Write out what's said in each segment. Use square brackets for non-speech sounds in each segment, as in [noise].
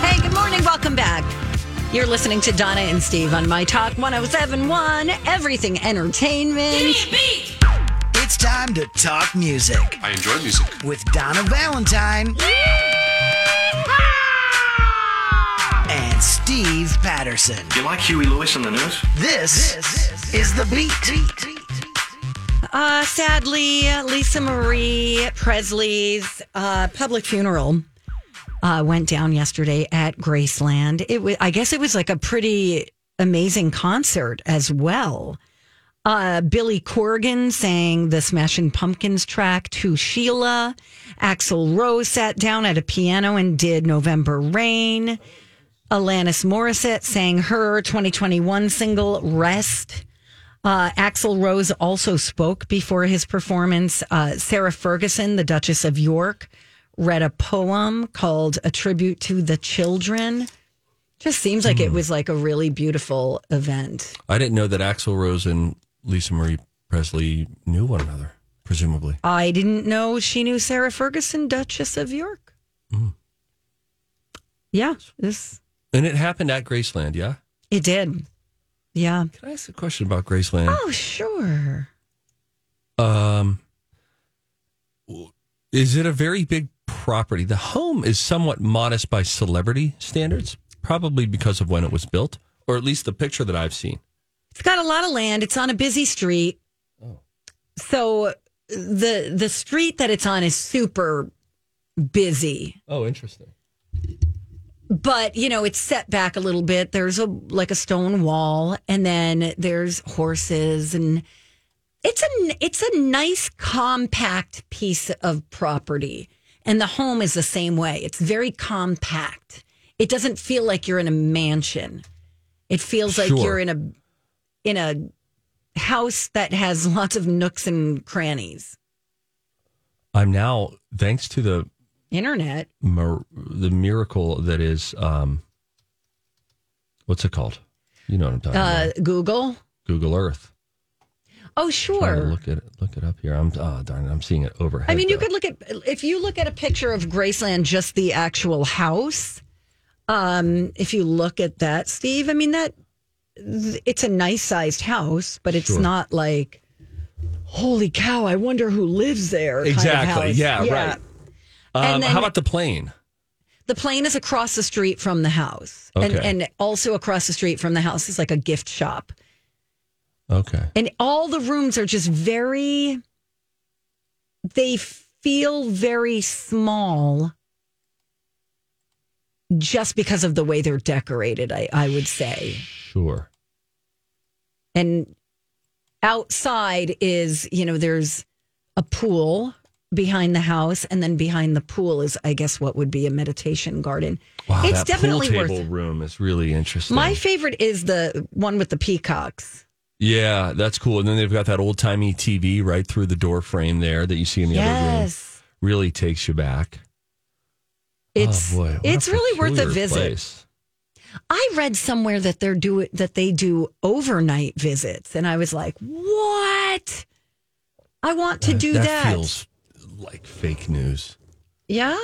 Hey, good morning. Welcome back. You're listening to Donna and Steve on My Talk 1071, Everything Entertainment. It's time to talk music I enjoy music. with Donna Valentine and Steve Patterson. You like Huey Lewis on the news? This, is the beat. Uh, sadly, Lisa Marie Presley's uh, public funeral uh, went down yesterday at Graceland. It was, I guess, it was like a pretty amazing concert as well. Uh, Billy Corgan sang the Smashing Pumpkins track to Sheila. Axel Rose sat down at a piano and did November Rain. Alanis Morissette sang her 2021 single Rest. Uh, Axel Rose also spoke before his performance. Uh, Sarah Ferguson, the Duchess of York, read a poem called A Tribute to the Children. Just seems like it was like a really beautiful event. I didn't know that Axl Rose and Lisa Marie Presley knew one another, presumably. I didn't know she knew Sarah Ferguson, Duchess of York. Yeah, this And it happened at Graceland, yeah? it did. Yeah. Can I ask a question about Graceland? Oh, sure. Um, is it a very big property? The home is somewhat modest by celebrity standards, probably because of when it was built, or at least the picture that I've seen. It's got a lot of land. It's on a busy street. So the the street that it's on is super busy. Oh, interesting. But, you know, it's set back a little bit. There's a like a stone wall and then there's horses and it's a it's a nice compact piece of property. And the home is the same way. It's very compact. It doesn't feel like you're in a mansion. It feels like Sure. you're in a in a house that has lots of nooks and crannies. I'm now, thanks to the Internet. mir- the miracle that is, um, what's it called? You know what I'm talking Uh, about? Google. Google Earth. Oh, Trying to sure. look at it, look it up here. I'm oh, darn it. I'm seeing it overhead. I mean, you though. could look at if you look at a picture of Graceland, just the actual house. Um, if you look at that, Steve, I mean that it's a nice sized house, but it's Sure. not like holy cow, I wonder who lives there. kind of exactly. house. yeah, right. And Um, then- how about the plane? The plane is across the street from the house, Okay. and and also across the street from the house is like a gift shop. Okay. And all the rooms are just very, they feel very small just because of the way they're decorated, I, I would say. Sure. And outside is, you know, there's a pool behind the house. And then behind the pool is, I guess, what would be a meditation garden. Wow, it's that definitely pool worth table room is really interesting. My favorite is the one with the peacocks. yeah, that's cool. And then they've got that old timey TV right through the door frame there that you see in the other room. Yes. Really takes you back. It's oh boy, what it's really worth a peculiar visit. place. I read somewhere that they're do that they do overnight visits, and I was like, "What? I want to do that." feels like fake news. yeah,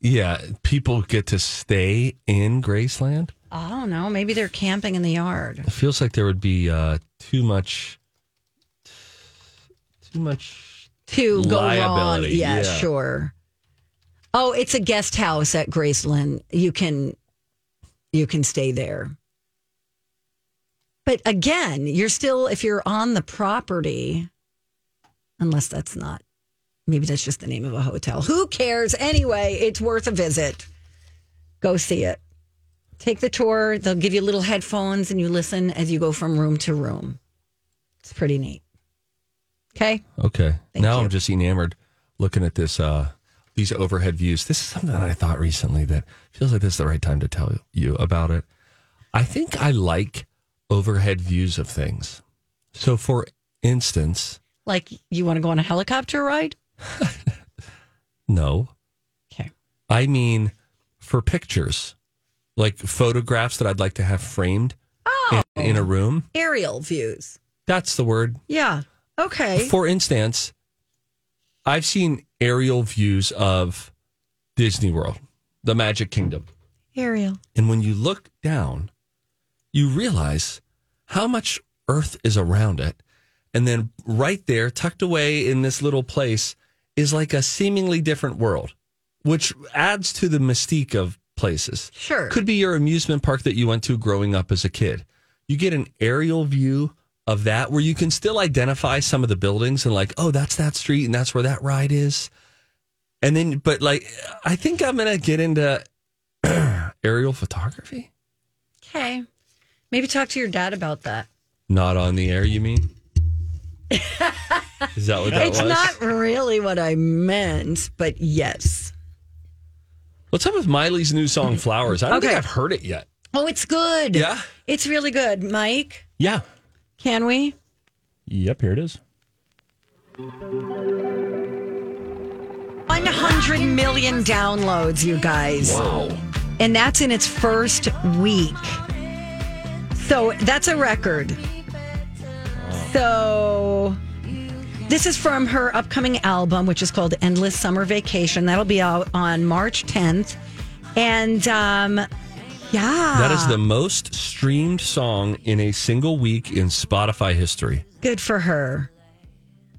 Yeah, people get to stay in Graceland. I don't know. Maybe they're camping in the yard. It feels like there would be uh, too much, too much To go wrong, Liability, yeah, yeah. sure. Oh, it's a guest house at Graceland. You can you can stay there. But again, you're still if you're on the property unless that's not maybe that's just the name of a hotel. Who cares anyway? It's worth a visit. Go see it. Take the tour. They'll give you little headphones and you listen as you go from room to room. It's pretty neat. Okay? Okay. Thank now you. I'm just enamored looking at this uh these overhead views. This is something that I thought recently that feels like this is the right time to tell you about it. I think I like overhead views of things. So for instance, Like you want to go on a helicopter ride? no, Okay. I mean for pictures, like photographs that I'd like to have framed Oh. in, in a room. Aerial views. That's the word. Yeah. Okay. For instance, I've seen aerial views of Disney World, the Magic Kingdom. Aerial. And when you look down, you realize how much earth is around it. And then right there, tucked away in this little place, is like a seemingly different world, which adds to the mystique of places. Sure. Could be your amusement park that you went to growing up as a kid. You get an aerial view of that where you can still identify some of the buildings and, like, oh, that's that street and that's where that ride is. And then, but like, I think I'm going to get into [clears throat] aerial photography? Okay. Maybe talk to your dad about that. Not on the air, you mean? Is that what that it's was? not really what I meant, but yes. What's up with Miley's new song "Flowers"? I don't Okay. think I've heard it yet. Oh, it's good. Yeah? It's really good. Mike, Yeah. can we? Yep. Here it is. 100 million downloads, you guys. Wow. And that's in its first week. So that's a record. So this is from her upcoming album, which is called Endless Summer Vacation. That'll be out on March 10th. And um, yeah. That is the most streamed song in a single week in Spotify history. Good for her.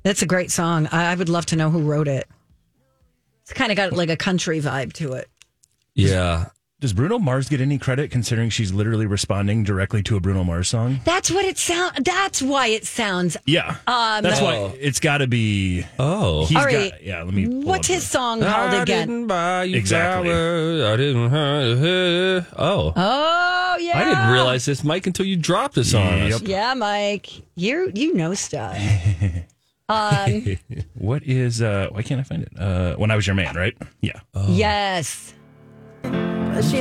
That's a great song. I, I would love to know who wrote it. It's kind of got like a country vibe to it. Yeah. Does Bruno Mars get any credit considering she's literally responding directly to a Bruno Mars song? That's what it sound. That's why it sounds. Yeah. That's Oh. why it's got to be. Oh. He's Um, All right. got. Yeah, let me. pull What's up his song called again? buy you Exactly. flowers. I didn't. hurt- Oh. Oh yeah. I didn't realize this, Mike, until you dropped this on us. Yep. Yeah, Mike, you you know [laughs] stuff. Um, the- What is. Uh, why can't I find it? Uh, when I was your man, right? Yeah. Oh. Yes. It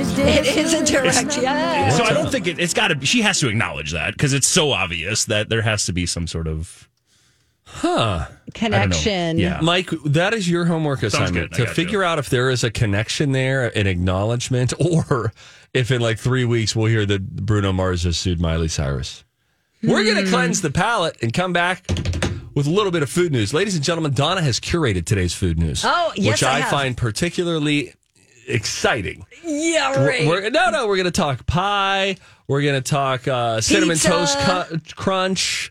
is a direct yes. so I don't think it, it's got to be. She has to acknowledge that because it's so obvious that there has to be some sort of. I don't know. connection. Yeah. Mike, that is your homework assignment good. I to got figure you. out if there is a connection there, an acknowledgement, [laughs] or if in like three weeks we'll hear that Bruno Mars has sued Miley Cyrus. We're going Hmm. to cleanse the palate and come back with a little bit of food news. Ladies and gentlemen, Donna has curated today's food news. Oh, yes, Which I I, have. find particularly exciting. Yeah, right. We're, we're- no, no, we're going to talk pie. We're going to talk uh, cinnamon Pizza. toast cu- crunch.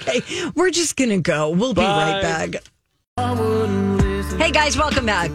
Okay, we're just gonna go. We'll be Bye. right back. Hey guys, welcome back.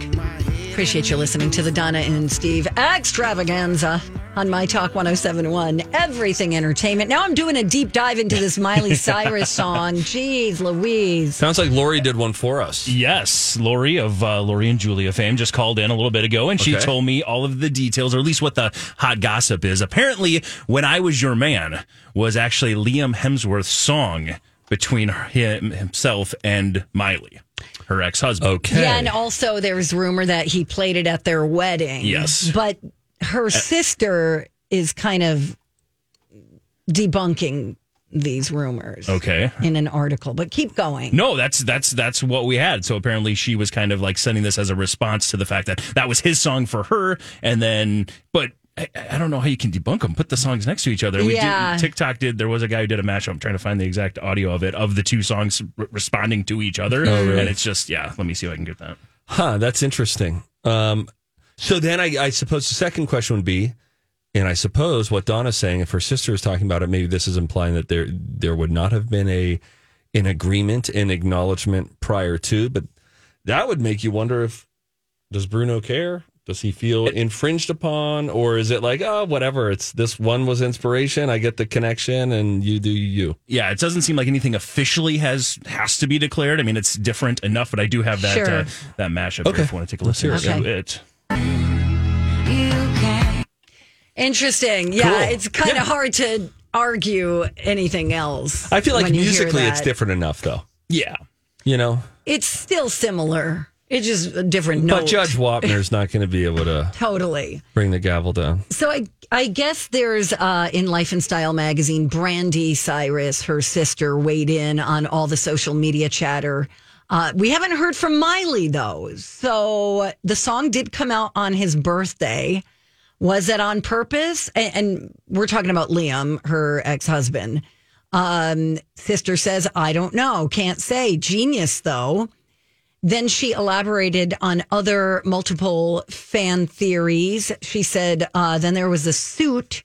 Appreciate you listening to the Donna and Steve extravaganza on My Talk 1071, Everything Entertainment. Now I'm doing a deep dive into this [laughs] Miley Cyrus song. Jeez Louise. Sounds like Lori did one for us. Yes, Lori of uh, Lori and Julia fame just called in a little bit ago, and she Okay. told me all of the details, or at least what the hot gossip is. Apparently, when I was your man was actually Liam Hemsworth's song between him himself and Miley, her ex husband. Okay. Yeah, and also there was rumor that he played it at their wedding. Yes. But her sister is kind of debunking these rumors. Okay. in an article, but keep going. No, that's that's that's what we had. So apparently she was kind of like sending this as a response to the fact that that was his song for her, and then but. I, I don't know how you can debunk them. Put the songs next to each other. We Yeah. did, TikTok did. There was a guy who did a mashup. I'm trying to find the exact audio of it of the two songs r- responding to each other. Oh, really? And it's just yeah. Let me see if I can get that. Huh, that's interesting. Um, so then I, I suppose the second question would be, and I suppose what Donna's saying, if her sister is talking about it, maybe this is implying that there there would not have been a an agreement and acknowledgement prior to, but that would make you wonder if does Bruno care? Does he feel infringed upon, or is it like, oh, whatever? It's this one was inspiration. I get the connection, and you do you. Yeah, it doesn't seem like anything officially has has to be declared. I mean, it's different enough, but I do have that Sure. uh, that mashup. Okay. Here if you want to take a Let's listen hear it. to it. Interesting. Yeah, Cool. it's kind of Yeah. hard to argue anything else. I feel like when you hear musically it's that. different enough, though. Yeah, You know, It's still similar. It's just a different note. but Judge Wapner's not going to be able to Totally. bring the gavel down. So I I guess there's uh, in Life and Style magazine, Brandy Cyrus, her sister, weighed in on all the social media chatter. Uh, we haven't heard from Miley though. So the song did come out on his birthday. Was it on purpose? And, and we're talking about Liam, her ex husband. Um, sister says, I don't know, can't say. Genius though. Then she elaborated on other multiple fan theories. She said, uh, then there was a suit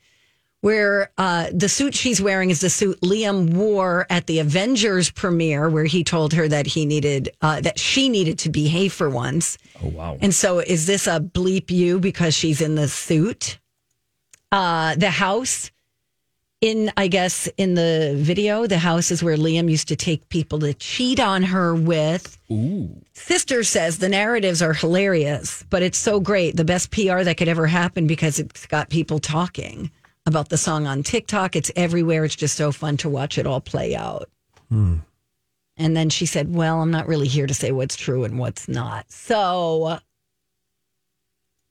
where uh, the suit she's wearing is the suit Liam wore at the Avengers premiere, where he told her that he needed, uh, that she needed to behave for once. Oh, wow. And so is this a bleep you because she's in the suit? Uh, the house in I guess in the video, the house is where Liam used to take people to cheat on her with. Ooh. Sister says the narratives are hilarious, but it's so great. The best PR that could ever happen because it's got people talking about the song on TikTok. It's everywhere. It's just so fun to watch it all play out. And then she said, Well, I'm not really here to say what's true and what's not. So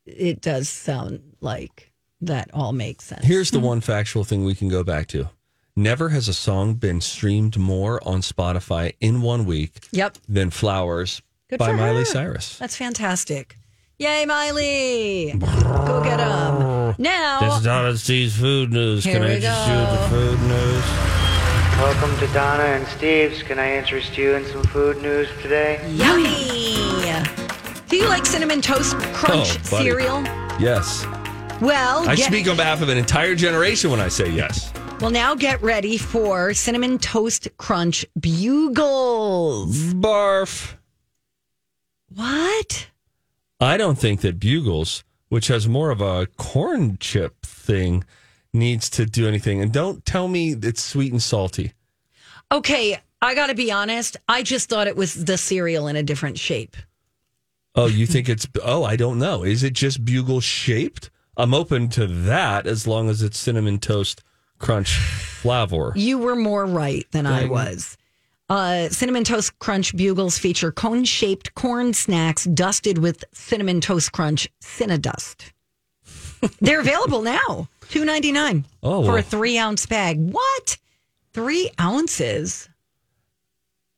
it does sound like that all makes sense. Here's the one factual thing we can go back to. Never has a song been streamed more on Spotify in one week Yep. than Flowers Good by for Miley her. Cyrus. That's fantastic. Yay, Miley! Go get him. Now, Donna and Steve's food news. Here Can I we interest you in the go. food news? Welcome to Donna and Steve's. Can I interest you in some food news today? yummy! Do you like Cinnamon Toast Crunch Oh, buddy. cereal? Yes. Well, I get- speak on behalf of an entire generation when I say yes. well, now get ready for Cinnamon Toast Crunch Bugles. Barf. What? I don't think that Bugles, which has more of a corn chip thing, needs to do anything. And don't tell me it's sweet and salty. Okay, I gotta be honest. I just thought it was the cereal in a different shape. Oh, you think it's oh, I don't know. Is it just bugle shaped? I'm open to that as long as it's cinnamon toast crunch flavor. You were more right than I was. Uh, cinnamon Toast Crunch Bugles feature cone shaped corn snacks dusted with Cinnamon Toast Crunch Cinnadust. [laughs] They're available now, two ninety nine Oh, for well. a three ounce bag. What? Three ounces?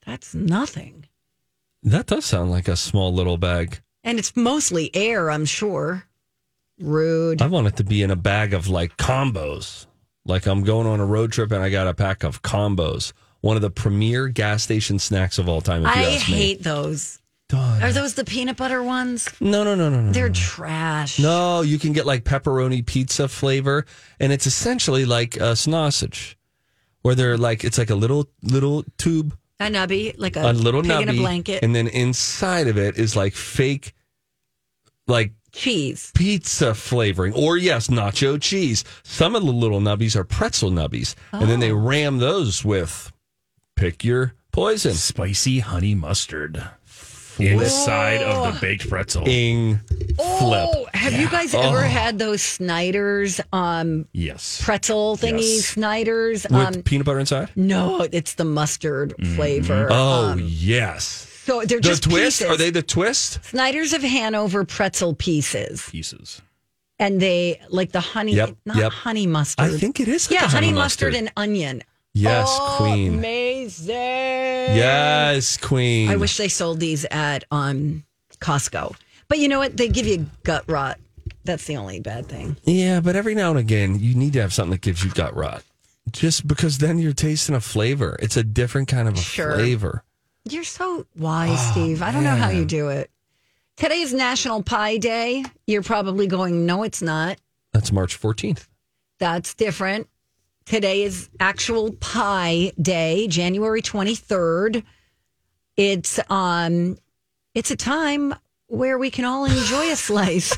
That's nothing. That does sound like a small little bag. And it's mostly air, I'm sure. Rude. I want it to be in a bag of like combos. Like I'm going on a road trip and I got a pack of combos. One of the premier gas station snacks of all time. If you I ask me. hate those. Done. Are those the peanut butter ones? No, no, no, no, no. They're trash. No, you can get like pepperoni pizza flavor, and it's essentially like a sausage, where they're like it's like a little little tube, A nubby, like a, a little pig in a nubby, blanket. and then inside of it is like fake, like cheese. pizza flavoring, or yes, nacho cheese. Some of the little nubbies are pretzel nubbies, and then they Oh. ram those with pick your poison. spicy honey mustard inside of the baked pretzel. Ing flip. Oh, have you guys ever had those Snyder's um, Yes, pretzel thingies? Yes. Snyder's? With Um, peanut butter inside? no, it's the mustard flavor. Oh, Um, yes. so they're The just twist? pieces. Are they the twist? Snyder's of Hanover pretzel pieces, pieces. and they like the honey, Yep, not yep. honey mustard. I think it is. like yeah, a honey mustard. and onion. yes, Oh, queen. amazing. Yes, queen. I wish they sold these at um, Costco, but you know what? They give you gut rot. That's the only bad thing. Yeah, but every now and again, you need to have something that gives you gut rot. Just because then you're tasting a flavor. It's a different kind of a Sure. flavor. You're so wise, Steve. I don't know how you do it. Today is National Pie Day. You're probably going, no, it's not. That's March 14th. That's different. Today is actual Pie Day, January 23rd. It's um It's a time where we can all enjoy a slice.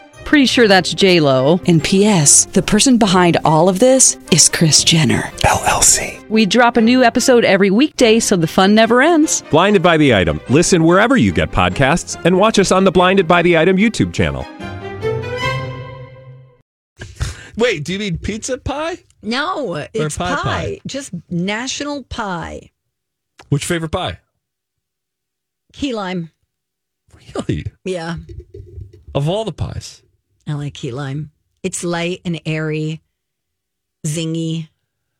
Pretty sure that's J Lo. And P.S. The person behind all of this is Chris Jenner LLC. We drop a new episode every weekday, so the fun never ends. Blinded by the item. Listen wherever you get podcasts, and watch us on the Blinded by the Item YouTube channel. Wait, do you mean pizza pie? no, it's pie pie, pie. just national pie. Which favorite pie? Key lime. Really? Yeah, Of all the pies. I like key lime. It's light and airy, zingy.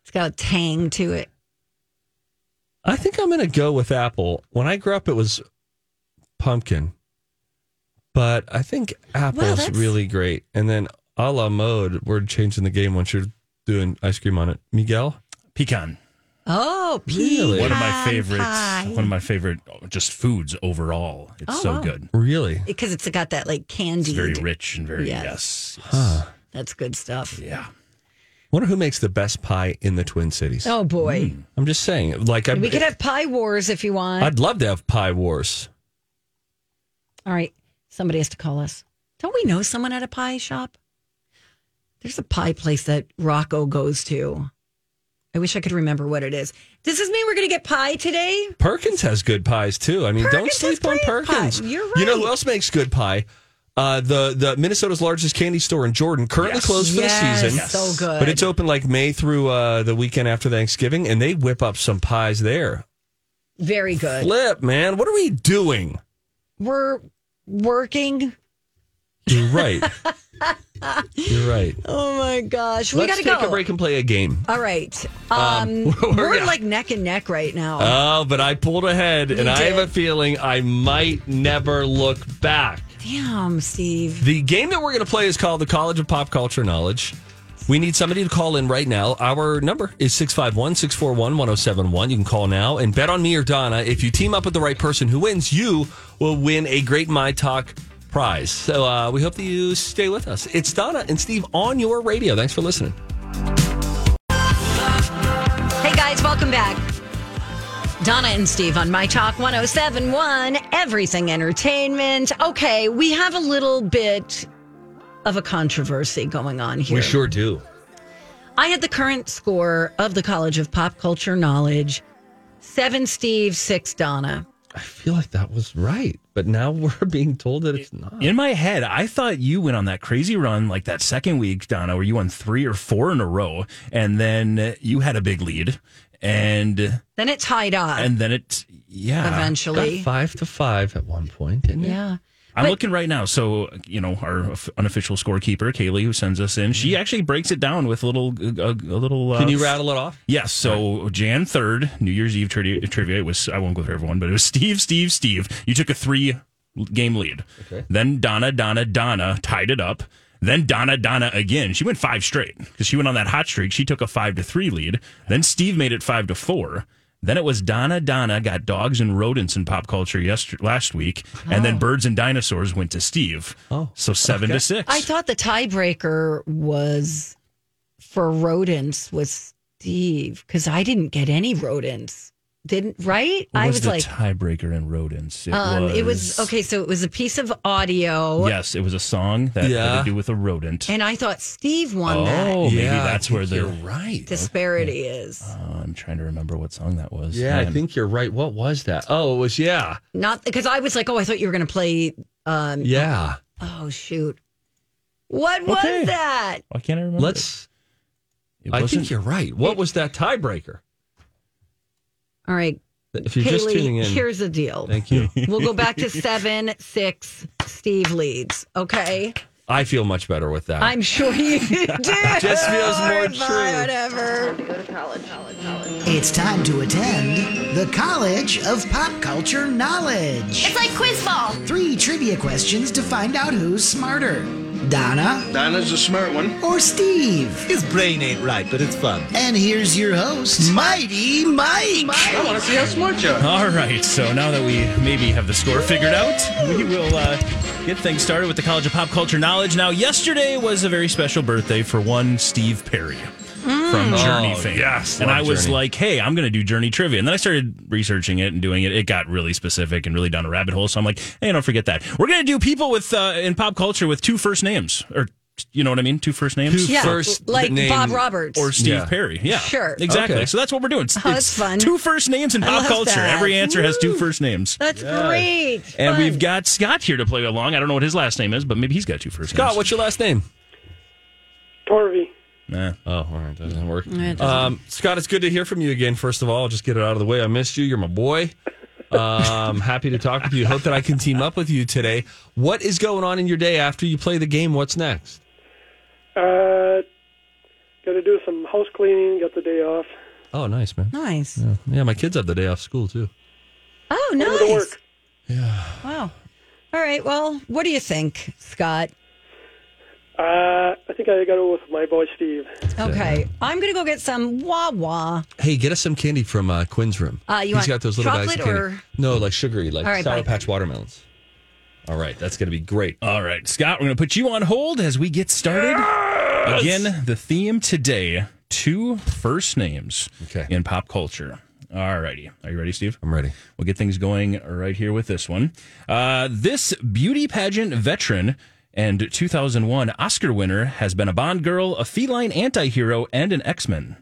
It's got a tang to it. I think I'm going to go with apple. When I grew up, it was pumpkin, but I think apple's that's- really great. And then a la mode, we're changing the game once you're doing ice cream on it. Miguel? Pecan. Oh, Really? pecan One of my favorites. pie. One of my favorite oh, just foods overall. It's Oh, so wow. good. Really? because it's got that like It's candy. very rich and very Yes. yes. yes. That's good stuff. Yeah. Wonder who makes the best pie in the Twin Cities. Oh boy, I'm just saying. Like, I, Mm. we could have pie wars if you want. I'd love to have pie wars. All right, somebody has to call us. Don't we know someone at a pie shop? There's a pie place that Rocco goes to. I wish I could remember what it is. Does this mean we're going to get pie today? Perkins has good pies too. I mean, don't Perkins sleep has on great pie. Perkins. You're You know who right. else makes good pie? Uh, the the Minnesota's largest candy store in Jordan, currently Yes. closed for Yes, the season, so Yes. good. But it's open like May through uh, the weekend after Thanksgiving, and they whip up some pies there. Very good. Flip, man, what are we doing? We're working. You're right. [laughs] You're right. Oh my gosh, we Let's got to take go. a break and play a game. All right, [laughs] um, we're we're, gonna- like neck and neck right now. Oh, but I pulled ahead, and I have did. a feeling I might never look back. Damn, Steve. The game that we're going to play is called the College of Pop Culture Knowledge. We need somebody to call in right now. Our number is 651 641 1071. You can call now and bet on me or Donna. If you team up with the right person who wins, you will win a great My Talk prize. So uh, we hope that you stay with us. It's Donna and Steve on your radio. Thanks for listening. Hey guys, welcome back. Donna and Steve on My Talk 1071, Everything Entertainment. Okay, we have a little bit of a controversy going on here. do. I had the current score of the College of Pop Culture Knowledge seven Steve, six Donna. I feel like that was right, but now [laughs] we're being told that it's not. In my head, I thought you went on that crazy run like that second week, Donna, where you won three or four in a row, and then you had a big lead, and Then it tied up and uh, then it yeah. Got eventually. five to five at one point, didn't it? Yeah. I'm But- looking right now. So, you know, our of- unofficial scorekeeper, Kaylee, who sends us in, she actually breaks it down with a little, a, a little. Uh, Can you rattle it off? Yes. So, Jan 3rd, New Year's Eve trivia, trivia. It was, I won't go through everyone, but it was [laughs] Steve, Steve, Steve. You took a three game lead. Okay. Then Donna, Donna, Donna tied it up. Then Donna, Donna again. She went five straight because she went on that hot streak. She took a five to three lead. Then Steve made it five to four. Then it was Donna, Donna got dogs and rodents in pop culture yesterday, last week. And then birds and dinosaurs went to Steve. Oh, So seven to six. I thought the tiebreaker was for rodents was Steve because I didn't get any rodents. Didn't right? What I was was the like, tiebreaker in rodents. It, um, was, it was okay. So it was a piece of audio, Yes, it was a song that had Yeah. to do with a rodent. and I thought Steve won that. Oh, maybe Yeah, I that's where think the. you're right. Disparity is Oh, I'm trying to remember what song that was. Yeah, I Man. think you're right. What was that? Oh, it was yeah, not because I was like, oh, I thought you were going to play. Um, yeah. oh shoot, what was Okay. that? Why can't I remember? Let's. It I wasn't- think you're right. What was that tiebreaker? All right, If you're just Haley, tuning in, here's the deal. thank you. We'll go back to seven, six. Steve leads. Okay. I feel much better with that. [laughs] I'm sure you do. Just feels more Fine, true. Whatever. It's time to attend the College of Pop Culture Knowledge. It's like quiz ball. Three trivia questions to find out who's smarter Donna Dinah's a smart one. or Steve. His brain ain't right, but it's fun. And here's your host, Mighty Mike. I want to see how smart you are. All right, so now that we maybe have the score figured out, we will uh, get things started with the College of Pop Culture Knowledge. Now, yesterday was a very special birthday for one Steve Perry Mm. from Journey Oh, fame. yes, and love I was Journey. like, hey, I'm going to do Journey trivia. And then I started researching it and doing it. It got really specific and really down a rabbit hole. So I'm like, hey, don't forget that. We're going to do people with uh, in pop culture with two first names, or you know what I mean, two first names. Two Yeah, first like name- Bob Roberts. Or Steve Yeah. Perry. Yeah. Sure. Exactly. Okay. So that's what we're doing. [laughs] It's, Oh, it's that's fun. Two first names in I pop love culture. that. Every answer has two first names. That's great. And Fun. we've got Scott here to play along. I don't know what his last name is, but maybe he's got two first Scott, names. what's your last name? Torvey. Nah. Oh, all right, that doesn't work. it doesn't. Um, Scott, it's good to hear from you again. First of all, I'll just get it out of the way. I missed you. You're my boy. Um, [laughs] happy to talk with you. Hope that I can team up with you today. What is going on in your day after you play the game? What's next? Uh, got to do some house cleaning. Got the day off. Oh, nice, man. nice. Yeah, yeah my kids have the day off school too. Oh, Over to nice. work. Wow. All right. Well, what do you think, Scott? Uh, I think I got to go with my boy Steve. Okay. I'm going to go get some Wawa. Hey, get us some candy from uh, Quinn's room. Uh, you He's want got those little bags of chocolate candy. or- No, like sugary, like All right, Sour bye. Patch watermelons. All right, that's going to be great. All right, Scott, we're going to put you on hold as we get started. Again, the theme today two first names Okay. in pop culture. All righty. Are you ready, Steve? I'm ready. We'll get things going right here with this one. Uh, this beauty pageant veteran and 2001 Oscar winner has been a Bond girl, a feline anti hero, and an X Men.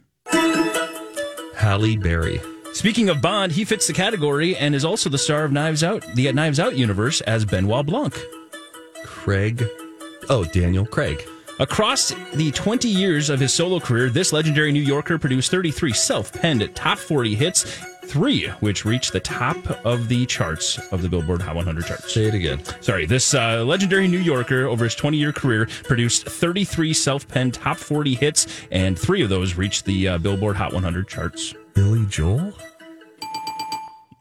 Halle Berry. Speaking of Bond, he fits the category and is also the star of Knives Out, the Knives Out universe, as Benoit Blanc. Craig. Oh, Daniel Craig. Across the 20 years of his solo career, this legendary New Yorker produced 33 self penned top 40 hits, three which reached the top of the charts of the Billboard Hot 100 charts. Say it again. Sorry, this uh, legendary New Yorker over his 20 year career produced 33 self penned top 40 hits, and three of those reached the uh, Billboard Hot 100 charts. Billy Joel?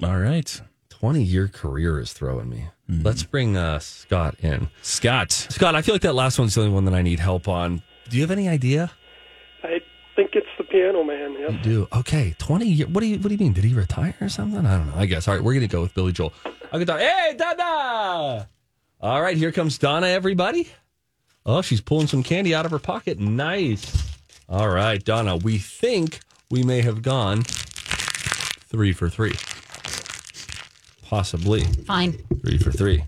All right. 20 year career is throwing me. Let's bring uh, Scott in. Hmm. Scott. Scott, I feel like that last one's the only one that I need help on. Do you have any idea? I think it's the Piano Man. You Yep. do. Okay, 20 years. What do you What do you mean? Did he retire or something? I don't know. I guess. All right, we're gonna go with Billy Joel. I'll get down. Hey, Donna. All right, here comes Donna. Everybody. Oh, she's pulling some candy out of her pocket. Nice. All right, Donna. We think we may have gone three for three, possibly. Fine. Three for three.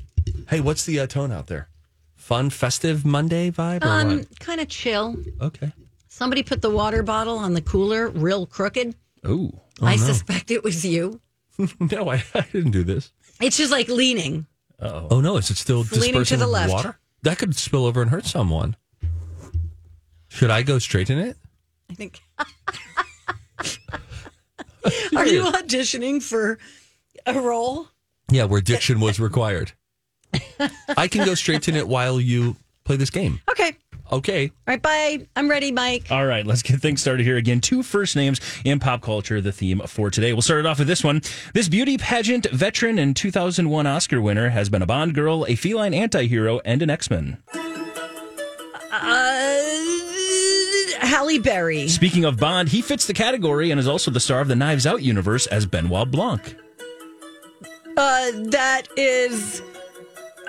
Hey, what's the uh, tone out there? Fun, festive Monday vibe? Or Um, kind of chill. what? Okay. Somebody put the water bottle on the cooler real crooked. Ooh. Oh, I suspect it was you. [laughs] no, I, I didn't do this. It's just like leaning. Oh no, is it still It's leaning dispersing to the left. water? That could spill over and hurt someone. Should I go straight in it? I think. Are you auditioning for a role? Yeah, where diction [laughs] was required. I can go straight in it while you play this game. Okay. Okay. All right. Bye. I'm ready, Mike. All right, let's get things started here again. Two first names in pop culture, the theme for today. We'll start it off with this one. This beauty pageant veteran and 2001 Oscar winner has been a Bond girl, a feline anti hero, and an X Men. Uh, Halle Berry. Speaking of Bond, he fits the category and is also the star of the Knives Out universe as Benoit Blanc. Uh, that is.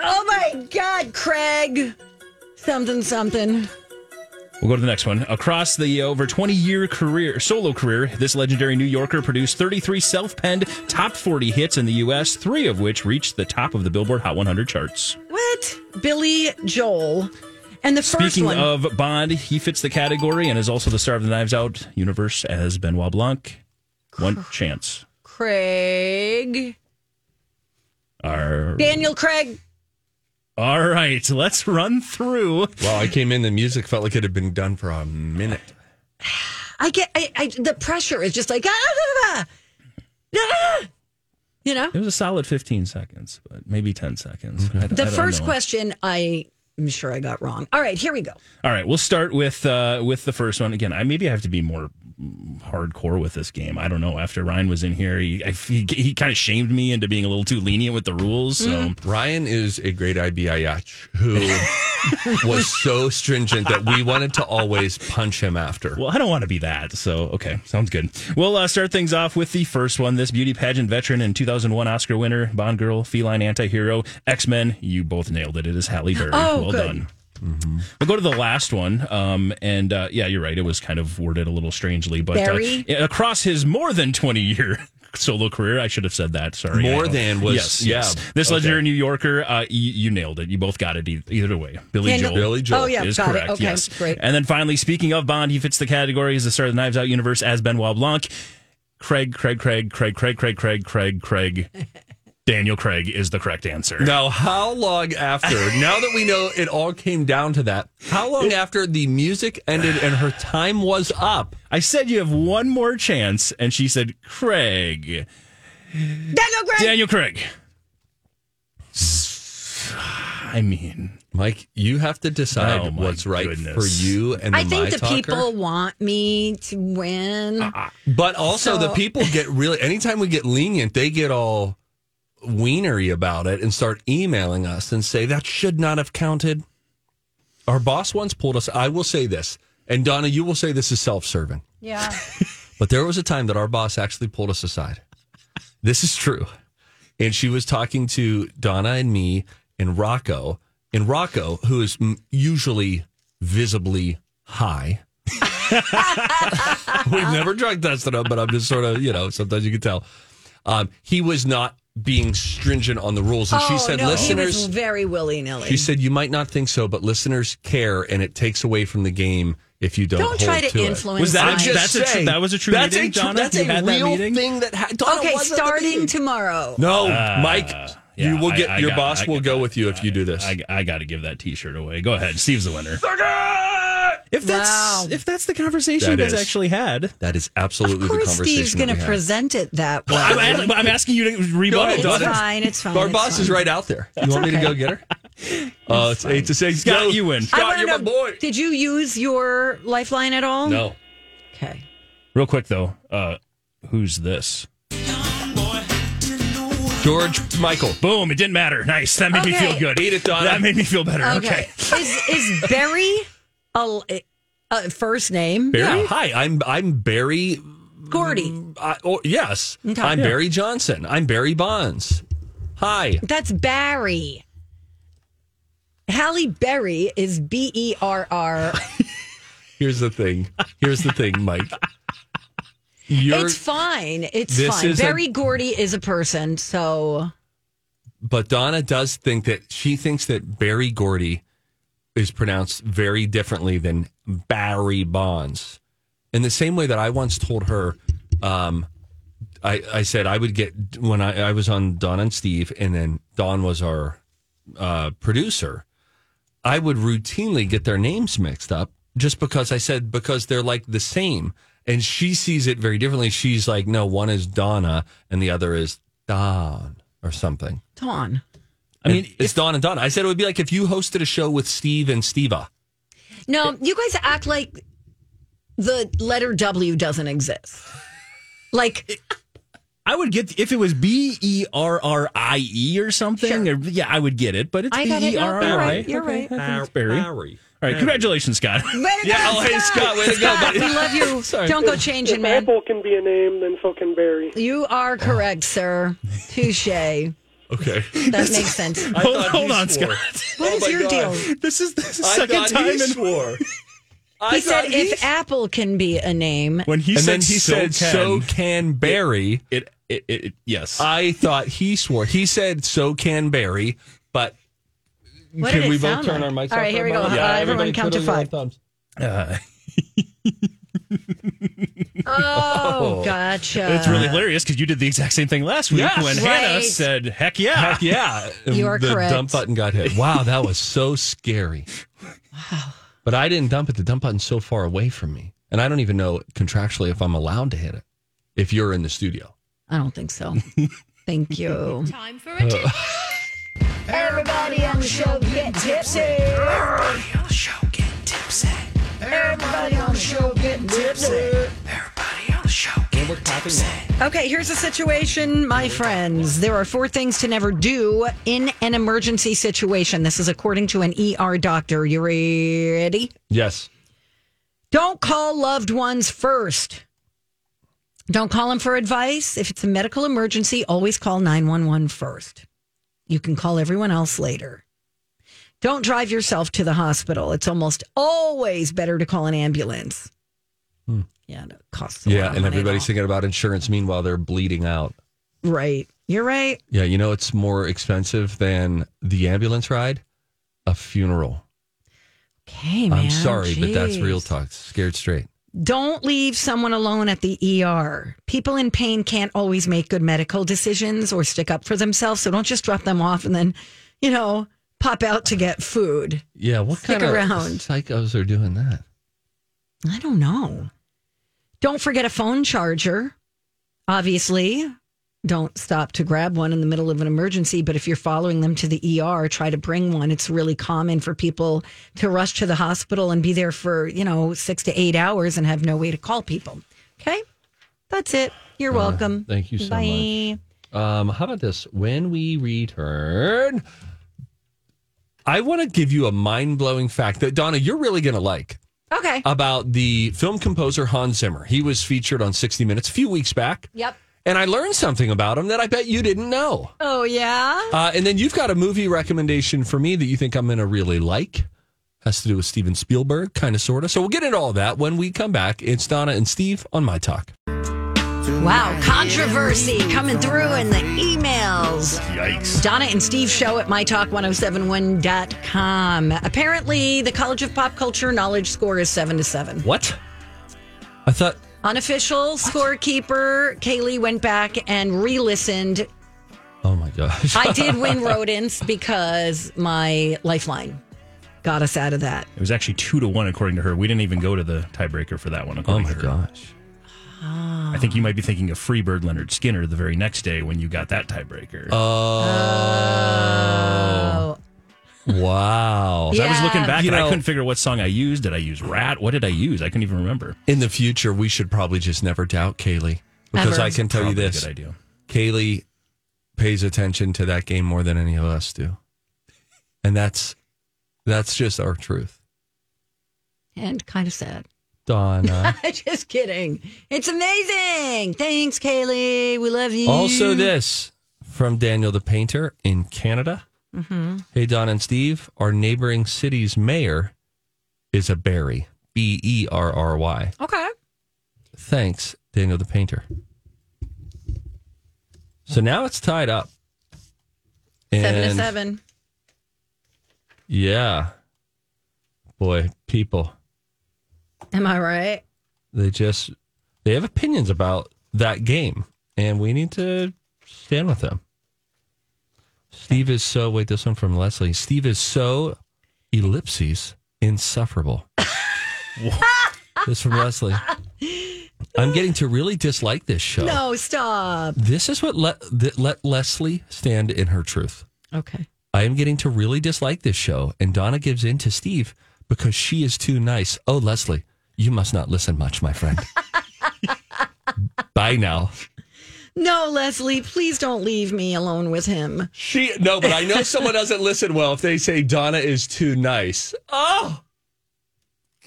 Oh my God, Craig. Something, something. We'll go to the next one. Across the uh, over 20 year career, solo career, this legendary New Yorker produced 33 self penned top 40 hits in the U.S., three of which reached the top of the Billboard Hot 100 charts. What? Billy Joel. And the first Speaking one. of Bond, he fits the category and is also the star of the Knives Out universe as Benoit Blanc. [sighs] One chance. Craig. Our, Daniel Craig. all right, let's run through. Wow, I came in. The music felt like it had been done for a minute. I get I, I the pressure is just like ah, ah, ah, ah. Ah! You know? It was a solid 15 seconds, but maybe 10 seconds. I don't- I The don't first know. question I am sure I got wrong. All right, here we go. All right, we'll start with uh, with the first one again. I maybe I have to be more mm, hardcore with this game. I don't know. After Ryan was in here, he I, he, he kind of shamed me into being a little too lenient with the rules. So Ryan is a great IBIH [laughs] who was so stringent that we wanted to always punch him after. Well, I don't want to be that. So, okay, sounds good. We'll uh, start things off with the first one. This beauty pageant veteran and 2001 Oscar winner, Bond girl, feline anti-hero, X-Men. You both nailed it. It is Halle Berry. Oh, well good. done. Mm-hmm. We'll go to the last one. Um, and uh, yeah, you're right. It was kind of worded a little strangely, but uh, Berry? across his more than 20 year [laughs] solo career, I should have said that. Sorry. More I don't- than was- yes, yeah, yes. This okay. legendary New Yorker, uh, you, you nailed it. You both got it e- either way. Billy Daniel- Joel. Billy Joel. Oh, yeah, is got it. correct. Okay, yes, great. And then finally, speaking of Bond, he fits the category as the star of the Knives Out universe as Benoit Blanc. Craig, Craig, Craig, Craig, Craig, Craig, Craig, [laughs] Craig, Craig. Daniel Craig is the correct answer. Now, how long [laughs] after, now that we know it all came down to that, how long after the music ended and her time was up? I said you have one more chance, and she said Craig. Daniel Craig. Daniel Craig. I mean, Mike, you have to decide Oh, my what's right goodness. for you and the I think My the Talker. people want me to win. But also, the So- people get really, anytime we get lenient, they get all wienery about it and start emailing us and say, that should not have counted. Our boss once pulled us, I will say this, and Donna, you will say this is self serving, Yeah. [laughs] but there was a time that our boss actually pulled us aside. This is true. And she was talking to Donna and me and Rocco, and Rocco, who is mm, usually visibly high. [laughs] We've never drug tested him, but I'm just sort of, you know, sometimes you can tell. Um, he was not being stringent on the rules. And she oh, said, no, listeners, he was very willy nilly. she said, you might not think so, but listeners care and it takes away from the game if you don't Don't hold try to it. influence Was that a- I'm just that's a tr- saying, that was a true that's meeting, a tr- Donna? That's You a had that real meeting? thing that ha- Donna okay, wasn't the starting meeting. tomorrow. No, Uh, Mike, you yeah, will I- get I your got- boss I will got go with you if you do this. I, I got to give that T-shirt away. Go ahead, Steve's the winner. If that's Wow. if that's the conversation That you guys is. actually had, that is absolutely Of the course, conversation. Steve's that going to we had. present it that way. I'm, asking, I'm asking you to Go rebut ahead, it. Donna. Donna. fine, it's fine, Our it's boss is fine. right out there. You want me [laughs] to go get her? Uh, it's eight to six. Scott, Go. you win. I Scott, wanna you're my know, boy. Did you use your lifeline at all? Oh. No. Okay. Real quick though, uh, who's this? George Michael. Boom! It didn't matter. Nice. That made me Okay. feel good. Eat it, Donna. That made me feel better. Okay. Okay. is is Barry a, a first name? Barry. Yeah. Hi, I'm I'm Barry. Gordy. I, oh, yes, Okay. I'm Yeah. Barry Johnson. I'm Barry Bonds. Hi. That's Barry. Halle Berry is B E R R. Here's the thing. Here's the thing, Mike. [laughs] You're It's fine. It's This fine. is a- Barry Gordy is a person, so but Donna does think that she thinks that Barry Gordy is pronounced very differently than Barry Bonds. In the same way that I once told her, um, I, I said I would get when I, I was on Don and Steve, and then Don was our uh, producer. I would routinely get their names mixed up just because I said because they're like the same, and she sees it very differently. She's like, no, one is Donna and the other is Don or something. Dawn. I mean, And it's Don and Donna. I said it would be like if you hosted a show with Steve and Steva. No, you guys act like the letter W doesn't exist. Like I would get if it was B E R R I E or something. Or, yeah, I would get it, but it's I B got it. E No, R you're R I. E. right. You're right. Barry. All Barry. right, [laughs] congratulations, Scott. Yeah, oh, hey, Scott, way to go, buddy. We love you. [laughs] Sorry. Don't go changing, If man. Apple can be a name, then so can Barry. You are correct, sir. Touche. That Okay. makes sense. [laughs] Hold, hold on, Scott. Oh What is your [laughs] deal? This is the I second thought he time in swore. [laughs] He said if Apple can be a name. when he and said then he so said, can, "So can Barry." It, it, it, it- yes. I thought he swore. He said, "So can Barry," but What can did it we sound both turn like? our mics? All right, off here for a we go. moment? Uh, everyone everybody count put to on your five. thumbs. Uh, Oh, [laughs] Oh. gotcha. it's really hilarious because you did the exact same thing last week Yes. when Uh, Right. Hannah said, "Heck [laughs] yeah, Heck yeah! [laughs] You are the correct. dump button got hit. Wow, that was so scary. But I didn't dump it. The dump button's so far away from me, and I don't even know contractually if I'm allowed to hit it. If you're in the studio, [laughs] I don't think so. Thank you. Time for a [laughs] tip. Everybody on the show get tipsy. Everybody on the show get tipsy. Everybody on the show get tipsy. Everybody on the show get tipsy. Okay, here's the situation, my friends. There are four things to never do in an emergency situation. This is according to an ER doctor. You ready? Yes. Don't call loved ones first. Don't call them for advice. If it's a medical emergency, always call 911 first. You can call everyone else later. Don't drive yourself to the hospital. It's almost always better to call an ambulance. Hmm. Yeah, it costs a lot Yeah, of and money. everybody's thinking about insurance. Meanwhile, they're bleeding out. Right. You're right. Yeah, you know it's more expensive than the ambulance ride, a funeral. Hey, man. I'm sorry, but that's Jeez. real talk. Scared straight. Don't leave someone alone at the ER. People in pain can't always make good medical decisions or stick up for themselves. So don't just drop them off and then, you know, pop out to get food. Yeah, what Stick kind around. of psychos are doing that? I don't know. Don't forget a phone charger. Obviously, don't stop to grab one in the middle of an emergency, but if you're following them to the ER, try to bring one. It's really common for people to rush to the hospital and be there for, you know, six to eight hours and have no way to call people. Okay? That's it. You're Uh, welcome. thank you so Bye. Um, how about this? When we return, I want to give you a mind blowing fact that Donna, you're really going to like Okay. about the film composer Hans Zimmer. He was featured on 60 Minutes a few weeks back, Yep. and I learned something about him that I bet you [laughs] didn't know. Oh, yeah? Uh, and then you've got a movie recommendation for me that you think I'm going to really like. Has to do with Steven Spielberg, kind of, sort of. So we'll get into all that when we come back. It's Donna and Steve on My Talk. Wow, controversy coming through in the emails. Yikes. Donna and Steve show at mytalk1071.com. Apparently, the College of Pop Culture knowledge score is 7 to 7. What? I thought Unofficial scorekeeper Kaylee went back and re listened. Oh my gosh. [laughs] I did win rodents because my lifeline got us out of that. It was actually two to one, according to her. We didn't even go to the tiebreaker for that one. Oh According my to her. gosh! I think you might be thinking of Freebird Leonard Skinner the very next day when you got that tiebreaker. Oh. Wow. 'Cause I was looking back You and I know, couldn't figure out what song I used. Did I use Rat? What did I use? I couldn't even remember. in the future, we should probably just never doubt Kaylee because Ever. I can tell you Probably a this. good idea. Kaylee pays attention to that game more than any of us do. And that's that's just our truth. And kind of sad. [laughs] Donna. Just kidding. It's amazing. Thanks, Kaylee. We love you. also this from Daniel the painter in Canada. hmm Hey Don and Steve, our neighboring city's mayor is a Barry. B E R R Y. Okay. Thanks, Daniel the Painter. So now it's tied up. Seven to And, seven. Yeah. Boy, people, Am I right? they just they have opinions about that game and we need to stand with them. Steve is so wait, this one from Leslie. Steve is so ellipses [laughs] insufferable. this is from Leslie. I'm getting to really dislike this show. No, stop. This is what let th- let Leslie stand in her truth. Okay. I am getting to really dislike this show, and Donna gives in to Steve because she is too nice. Oh, Leslie, you must not listen much, my [laughs] friend. Bye now. No, Leslie, please don't leave me alone with him. She no, but I know someone doesn't listen well if they say Donna is too nice. Oh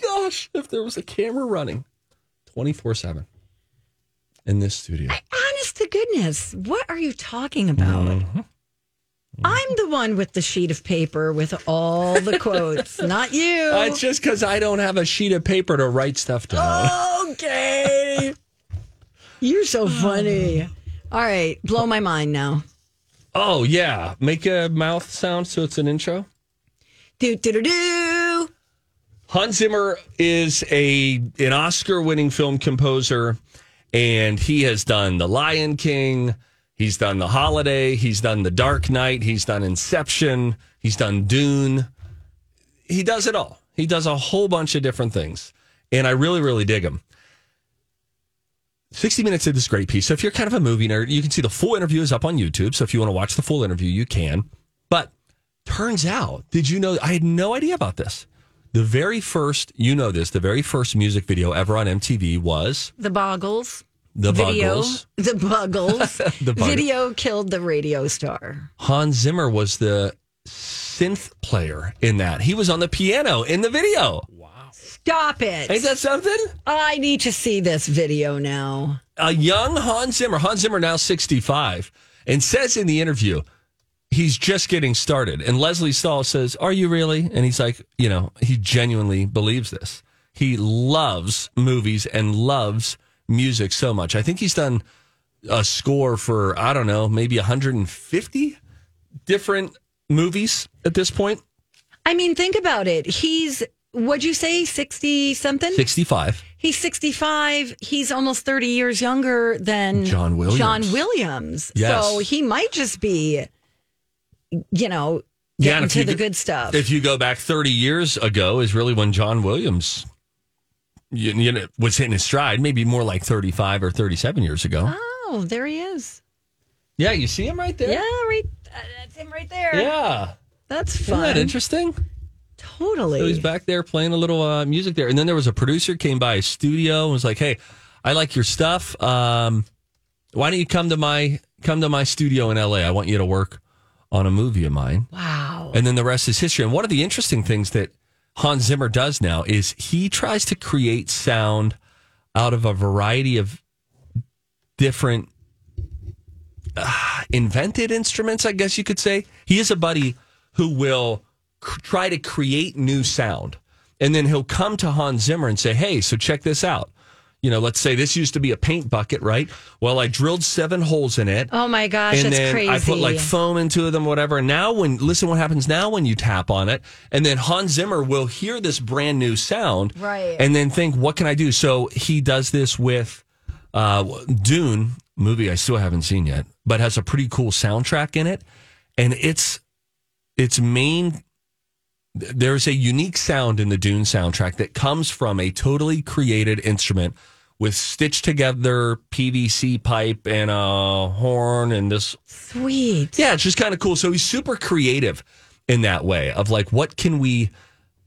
gosh, if there was a camera running twenty four seven in this studio. Honest to goodness, what are you talking about? Mm-hmm. I'm the one with the sheet of paper with all [laughs] the quotes, not you. Uh, it's just because I don't have a sheet of paper to write stuff down. okay. You're so funny. All right, blow my mind now. Oh yeah, make a mouth sound so it's an intro. Do do do do. Hans Zimmer is a an Oscar-winning film composer, and he has done The Lion King. He's done The Holiday. He's done The Dark Knight. He's done Inception. He's done Dune. He does it all. He does a whole bunch of different things, and I really, really dig him. 60 Minutes did this great piece. So if you're kind of a movie nerd, you can see the full interview is up on YouTube. So if you want to watch the full interview, you can. But turns out, did you know? I had no idea about this. The very first, you know this, the very first music video ever on MTV was The boggles. The video, Buggles. The buggles. [laughs] The Buggles. Video killed the radio star. Hans Zimmer was the synth player in that. He was on the piano in the video. Stop it. Ain't that something? I need to see this video now. a young Hans Zimmer, Hans Zimmer now 65, and says in the interview, he's just getting started. And Leslie Stahl says, Are you really? And he's like, You know, he genuinely believes this. He loves movies and loves music so much. I think he's done a score for, I don't know, maybe 150 different movies at this point. I mean, think about it. He's, what'd you say, 60 something? 65. He's 65. He's almost 30 years younger than John Williams. John Williams. Yes. So he might just be, you know, getting and if to you the go- good stuff. If you go back 30 years ago, is really when John Williams you, you know, was hitting his stride, maybe more like 35 or 37 years ago. oh, there he is. Yeah, you see him right there? Yeah, right. uh, That's him right there. Yeah. That's Isn't fun. that interesting? Totally. So he's back there playing a little uh, music there. And then there was a producer came by his studio and was like, hey, I like your stuff. Um, why don't you come to my come to my studio in LA? I want you to work on a movie of mine. Wow. And then the rest is history. And one of the interesting things that Hans Zimmer does now is he tries to create sound out of a variety of different uh, invented instruments, I guess you could say. He is a buddy who will cr- try to create new sound. And then he'll come to Hans Zimmer and say, hey, so check this out. You know, let's say this used to be a paint bucket, right? Well, I drilled seven holes in it Oh my gosh, and that's then crazy. I put like foam into them, whatever. And now, when listen, what happens now when you tap on it? And then Hans Zimmer will hear this brand new sound, Right. And then think, what can I do? So he does this with uh, Dune movie. I still haven't seen yet, but has a pretty cool soundtrack in it, and it's its main. There's a unique sound in the Dune soundtrack that comes from a totally created instrument with stitched together PVC pipe and a horn and this Sweet. yeah, it's just kind of cool. So he's super creative in that way of like, what can we,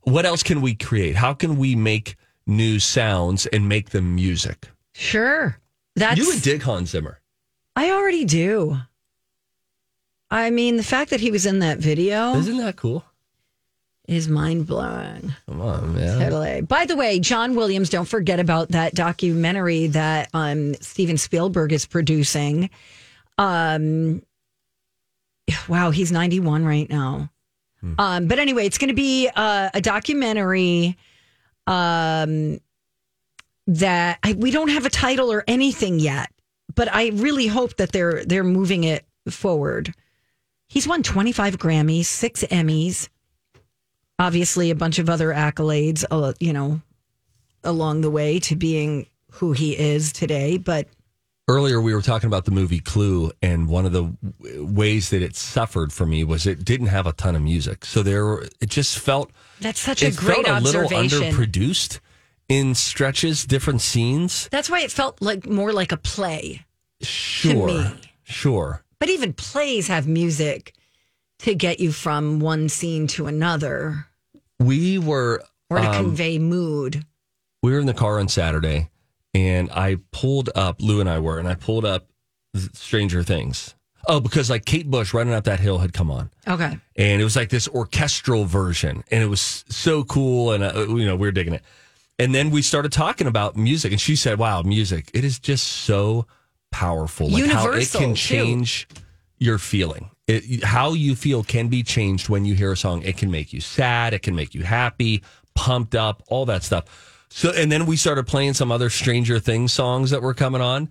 what else can we create? How can we make new sounds and make them music? Sure. That's you would dig Hans Zimmer. I already do. I mean, the fact that he was in that video Isn't that cool? is mind blowing. Come on, man. Totally. By the way, John Williams, don't forget about that documentary that um, Steven Spielberg is producing. Um, wow, he's 91 right now. Um, but anyway, it's going to be uh, a documentary um, that I, we don't have a title or anything yet, but I really hope that they're they're moving it forward. He's won 25 Grammys, six Emmys, obviously a bunch of other accolades, uh, you know, along the way to being who he is today. But Earlier, we were talking about the movie Clue, and one of the w- ways that it suffered for me was it didn't have a ton of music. So there, were- it just felt that's such a it great felt a little observation. underproduced in stretches, different scenes. that's why it felt like more like a play. Sure, me. sure. But even plays have music to get you from one scene to another We were or to um, convey mood. we were in the car on Saturday, and I pulled up. Lou and I were, and I pulled up Stranger Things. Oh, because like Kate Bush running up that hill had come on, Okay. and it was like this orchestral version, and it was so cool, and uh, you know we were digging it. And then we started talking about music, and she said, "Wow, music! It is just so powerful. Universal, how it can too. change your feeling. It, how you feel can be changed when you hear a song. It can make you sad. It can make you happy, pumped up, all that stuff. So, and then we started playing some other Stranger Things songs that were coming on,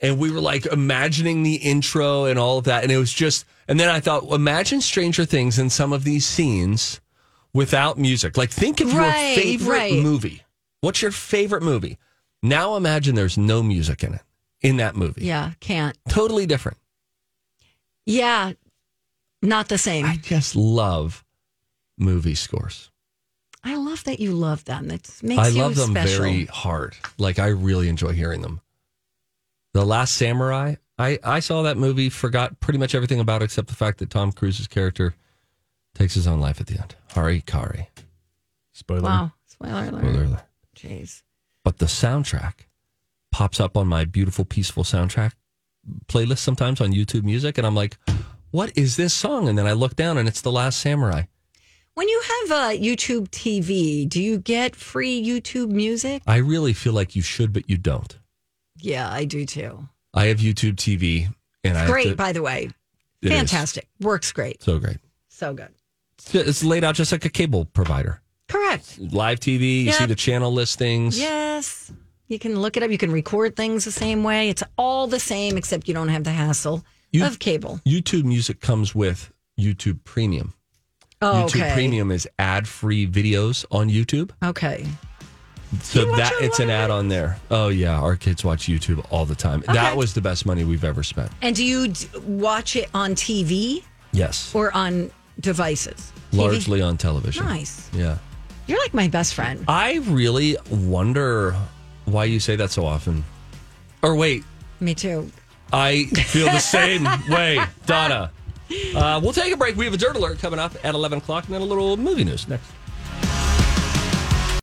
and we were like imagining the intro and all of that. And it was just, and then I thought, imagine Stranger Things in some of these scenes without music. Like, think of Right, your favorite right. movie. What's your favorite movie? Now imagine there's no music in it, in that movie. Yeah. Can't. Totally different. Yeah. Not the same. I just love movie scores. I love that you love them. That makes I you love them special. very hard. Like I really enjoy hearing them. The Last Samurai. I, I saw that movie, forgot pretty much everything about it except the fact that Tom Cruise's character takes his own life at the end. Hari Kari. Spoiler. Wow. Spoiler alert. Spoiler alert. Jeez. But the soundtrack pops up on my beautiful, peaceful soundtrack playlist sometimes on YouTube Music, and I'm like, what is this song? And then I look down and it's The Last Samurai. When you have uh, YouTube TV, do you get free YouTube music? I really feel like you should, but you don't. Yeah, I do too. I have YouTube TV, and I have Great, to- by the way. It is. Fantastic. Works great. so great. So good. It's laid out just like a cable provider. Correct. Live TV, you Yep. see the channel listings. Yes. You can look it up. You can record things the same way. It's all the same, except you don't have the hassle You- of cable. YouTube Music comes with YouTube Premium. Oh, YouTube okay. Premium is ad-free videos on YouTube, Okay. so that it's an ad on there. Oh yeah, our kids watch YouTube all the time. That was the best money we've ever spent. And do you d- watch it on TV Yes, or on devices? TV? largely Uh, on television. Nice. Yeah, You're like my best friend. I really wonder why you say that so often. Or wait, Me too. I feel the same way, Donna. Uh, we'll take a break. We have a dirt alert coming up at eleven o'clock, and then a little movie news next.